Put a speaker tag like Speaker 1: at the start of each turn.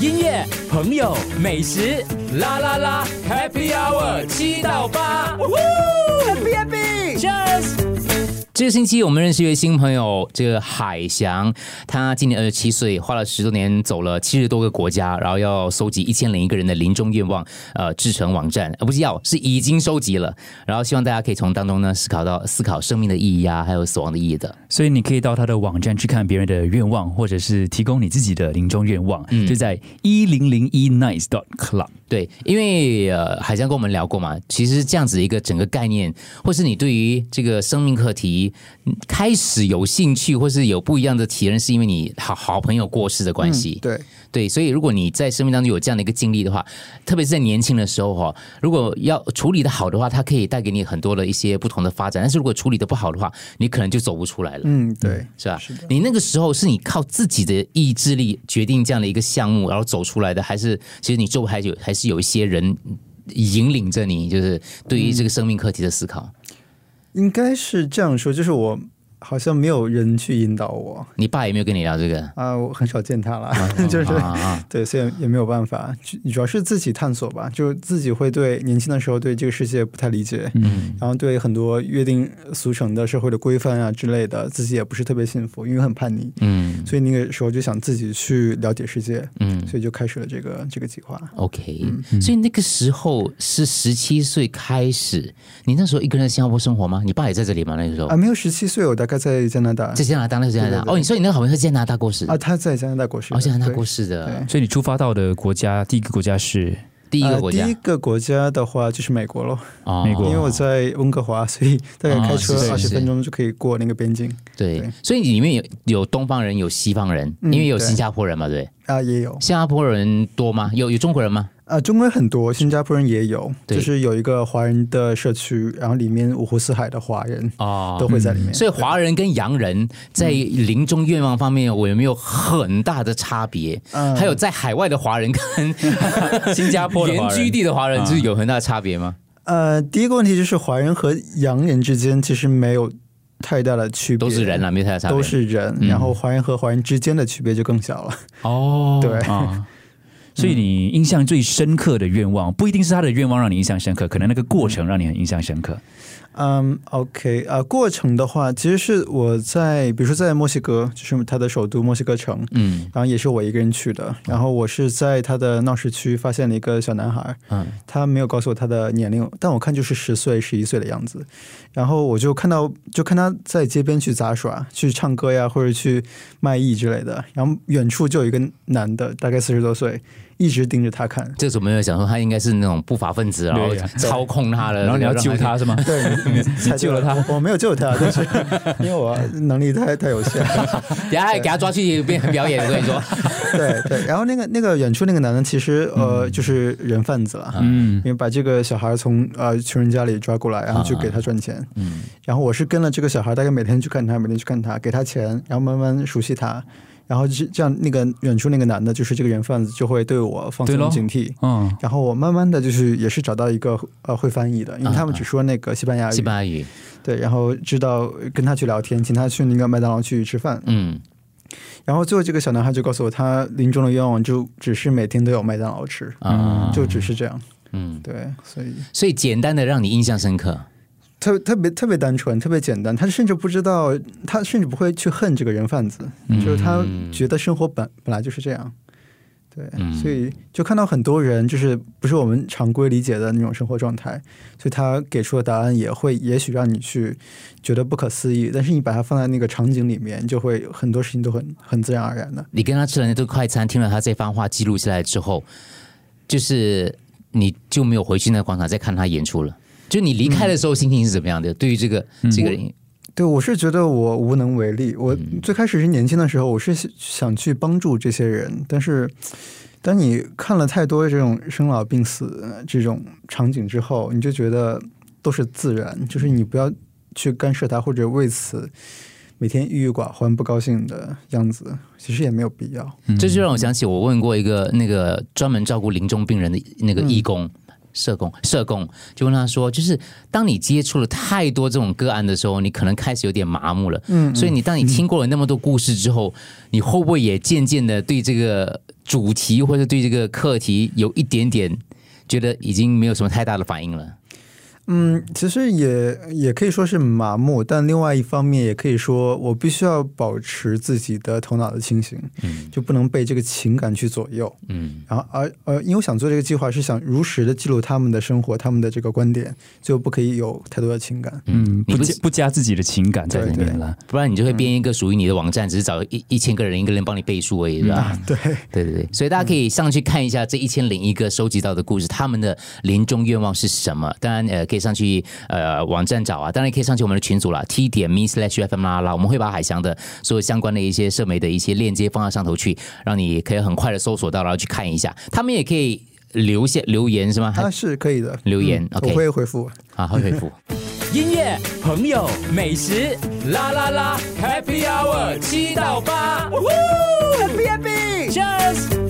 Speaker 1: 音乐、朋友、美食，啦啦啦，Happy Hour 七到八，Happy Happy，Cheers。这个星期我们认识一位新朋友，这个海翔，他今年二十七岁，花了十多年走了七十多个国家，然后要收集一千零一个人的临终愿望，呃，制成网站，呃，不是要，是已经收集了，然后希望大家可以从当中呢思考到思考生命的意义啊，还有死亡的意义的。
Speaker 2: 所以你可以到他的网站去看别人的愿望，或者是提供你自己的临终愿望，
Speaker 3: 嗯
Speaker 2: 就在一零零一 nice dot club。
Speaker 1: 对，因为呃，海江跟我们聊过嘛，其实这样子一个整个概念，或是你对于这个生命课题嗯开始有兴趣，或是有不一样的体验，是因为你好好朋友过世的关系。
Speaker 2: 嗯
Speaker 3: 对，
Speaker 1: 对，所以如果你在生命当中有这样的一个经历的话，特别是在年轻的时候哈、如果要处理的好的话，它可以带给你很多的一些不同的发展；但是如果处理的不好的话，你可能就走不出来了。
Speaker 3: 嗯，对，
Speaker 1: 是吧？
Speaker 3: 是的
Speaker 1: 你那个时候是你靠自己的意志力决定这样的一个项目，然后走出来的，还是其实你周围还有还是有一些人引领着你，就是对于
Speaker 3: 嗯
Speaker 1: 这个生命课题的思考？
Speaker 3: 应该是这样说，就是我好像没有人去引导我
Speaker 1: 你爸有没有跟你聊这个？
Speaker 3: 啊，我很少见他 了，就是
Speaker 1: 啊啊，
Speaker 3: 对，所以也没有办法，主主要是自己探索吧，就自己会对年轻的时候对这个世界不太理解，
Speaker 2: 嗯，
Speaker 3: 然后对很多约定俗成的社会的规范啊之类的，自己也不是特别信服，因为很叛逆，
Speaker 1: 嗯
Speaker 3: 所以那个时候就想自己去了解世界，
Speaker 1: 嗯
Speaker 3: 所以就开始了这个这个计划。
Speaker 1: ，OK。所以
Speaker 3: 嗯
Speaker 1: 那个时候是十七岁开始，你那时候一个人在新加坡生活吗？你爸也在这里吗？那个时候
Speaker 3: 啊，没有十七岁，我大概在加拿大
Speaker 1: 哦在加拿大，那时候在加拿
Speaker 3: 对对
Speaker 1: 大。
Speaker 3: 对
Speaker 1: 哦，你说你那个好像是加拿大过世
Speaker 3: 啊，，他在加拿大过世的，
Speaker 1: 哦，加拿大
Speaker 3: 对
Speaker 1: 过世的
Speaker 3: 对
Speaker 2: 所以你出发到的国家，第一个国家是
Speaker 1: 第一个
Speaker 3: 呃
Speaker 1: 国家
Speaker 3: 第一，个国家的话就是美国咯，
Speaker 1: 哦
Speaker 2: 美国
Speaker 3: 因为我在温哥华，所以大概开车
Speaker 1: 哦是
Speaker 3: 二
Speaker 1: 是
Speaker 3: 十
Speaker 1: 是
Speaker 3: 分钟就可以过那个边境
Speaker 1: 对
Speaker 3: 对，
Speaker 1: 所以里面有有东方人，有西方人，因
Speaker 3: 嗯
Speaker 1: 为有
Speaker 3: 对
Speaker 1: 新加坡人嘛，对不对，
Speaker 3: 啊，也有
Speaker 1: 新加坡人多吗？有有中国人吗？
Speaker 3: 啊，中国人很多，新加坡人也有，
Speaker 1: 对
Speaker 3: 就是有一个华人的社区，然后里面五湖四海的华人
Speaker 1: 哦
Speaker 3: 都会在里面，
Speaker 1: 所以华人跟洋人在临终愿望方面，我有没有很大的差别？
Speaker 3: 嗯
Speaker 1: 还有在海外的华人跟
Speaker 2: 新加坡的
Speaker 1: 原
Speaker 2: 华人
Speaker 1: 居地的华
Speaker 3: 嗯
Speaker 1: 人，就是有很大的差别吗？
Speaker 3: 呃，第一个问题就是华人和洋人之间其实没有太大的区别，
Speaker 1: 都是人啦，没有太大差别。
Speaker 3: 都是人，然后华人和华人之间的区别就更小了。
Speaker 2: 哦
Speaker 3: 对
Speaker 2: 啊。所以你印象最深刻的愿望，不一定是他的愿望让你印象深刻，可能那个过程让你很印象深刻。
Speaker 3: 嗯，OK，啊，过程的话，其实是我在，比如说在墨西哥，就是它的首都墨西哥城，
Speaker 1: 嗯
Speaker 3: 然后也是我一个人去的。然后我是在他的闹市区发现了一个小男孩，
Speaker 1: 嗯
Speaker 3: 他没有告诉我他的年龄，但我看就是十岁、十一岁的样子。然后我就看到，就看他在街边去杂耍、去唱歌呀，或者去卖艺之类的。然后远处就有一个男的，大概四十多岁，一直盯着他看。
Speaker 1: 这时候没有想说他应该是那种不法分子，然后
Speaker 2: 对呀
Speaker 1: 操控他了，
Speaker 2: 然后你要救
Speaker 1: 让
Speaker 2: 他是吗？
Speaker 3: 对， 你猜
Speaker 2: 救了
Speaker 3: 对
Speaker 2: 他
Speaker 3: 我我没有救他，但是 因为我能力太太有限。
Speaker 1: 等一下还给他抓去变表演。我跟 你说，
Speaker 3: 对对，然后那个那个远处那个男的，其实呃、
Speaker 1: 嗯
Speaker 3: 就是人贩子了，
Speaker 2: 嗯
Speaker 3: 因为把这个小孩从呃穷人家里抓过来，然后就给他赚钱。
Speaker 1: 啊嗯
Speaker 3: 然后我是跟了这个小孩，大概每天去看他，每天去看他，给他钱，然后慢慢熟悉他。然后这这样，那个远处那个男的，就是这个人贩子，就会对我放
Speaker 2: 对咯
Speaker 3: 松警惕。
Speaker 2: 嗯，
Speaker 3: 然后我慢慢的就是也是找到一个呃会翻译的，因为他
Speaker 1: 嗯
Speaker 3: 们只说那个西班牙语，
Speaker 1: 西班牙语，
Speaker 3: 对，然后知道跟他去聊天，请他去那个麦当劳去吃饭，
Speaker 1: 嗯，
Speaker 3: 然后最后这个小男孩就告诉我，他临终的愿望就只是每天都有麦当劳吃，
Speaker 1: 啊，
Speaker 3: 就只是这样。
Speaker 1: 嗯，
Speaker 3: 对，所以
Speaker 1: 所以简单的让你印象深刻，
Speaker 3: 特特别特别单纯，特别简单。他甚至不知道，他甚至不会去恨这个人贩子，
Speaker 1: 嗯
Speaker 3: 就是他觉得生活本本来就是这样。对，
Speaker 1: 嗯
Speaker 3: 所以就看到很多人就是不是我们常规理解的那种生活状态，所以他给出的答案也会也许让你去觉得不可思议，但是你把它放在那个场景里面，就会很多事情都很很自然而然的。
Speaker 1: 你跟他吃了那顿快餐，听了他这番话记录下来之后，就是你就没有回去那个广场再看他演出了。就你离开的
Speaker 2: 嗯
Speaker 1: 时候心情是怎么样的？对于这个这个人，
Speaker 3: 对，我是觉得我无能为力。我最开始是年轻的时候，我是想想去帮助这些人，但是当你看了太多这种生老病死呃这种场景之后，你就觉得都是自然，就是你不要去干涉他，或者为此每天郁郁寡欢、不高兴的样子，其实也没有必要。
Speaker 1: 这就让我想起我问过一个那个专门照顾临终病人的那个义工。
Speaker 3: 嗯
Speaker 1: 社工，社工就问他说，就是当你接触了太多这种个案的时候，你可能开始有点麻木了。
Speaker 3: 嗯
Speaker 1: 所以你当你听过了那么多故事之后，你会不会也渐渐的对这个主题或者对这个课题有一点点觉得已经没有什么太大的反应了。
Speaker 3: 嗯，其实也也可以说是麻木，但另外一方面也可以说，我必须要保持自己的头脑的清醒，
Speaker 1: 嗯
Speaker 3: 就不能被这个情感去左右。
Speaker 1: 嗯
Speaker 3: 然后而呃，因为我想做这个计划是想如实的记录他们的生活，他们的这个观点，就不可以有太多的情感。
Speaker 2: 嗯，
Speaker 1: 你
Speaker 2: 不
Speaker 1: 不
Speaker 2: 加不加自己的情感在里
Speaker 3: 对
Speaker 2: 面了。
Speaker 1: 不然你就
Speaker 3: 嗯
Speaker 1: 会编一个属于你的网站，只是找一一千个人，一个人帮你背书而已，是吧？
Speaker 3: 对，
Speaker 1: 对对对，所以大家可以上去看一下这一千零一个收集到的故事，他们的临终愿望是什么？当然，呃，可以上去呃网站找啊，当然也可以上去我们的群组啦，t 点 me slash fm 啦啦，我们会把海翔的所有相关的一些社媒的一些链接放到上头去，让你可以很快的搜索到，然后去看一下。他们也可以留下留言是吗？
Speaker 3: 它是可以的。
Speaker 1: 留言
Speaker 3: 嗯
Speaker 1: OK
Speaker 3: 我会回复。
Speaker 1: 啊，会回复。音乐、朋友、美食，啦啦啦，Happy Hour 七到八，Happy Happy，Cheers。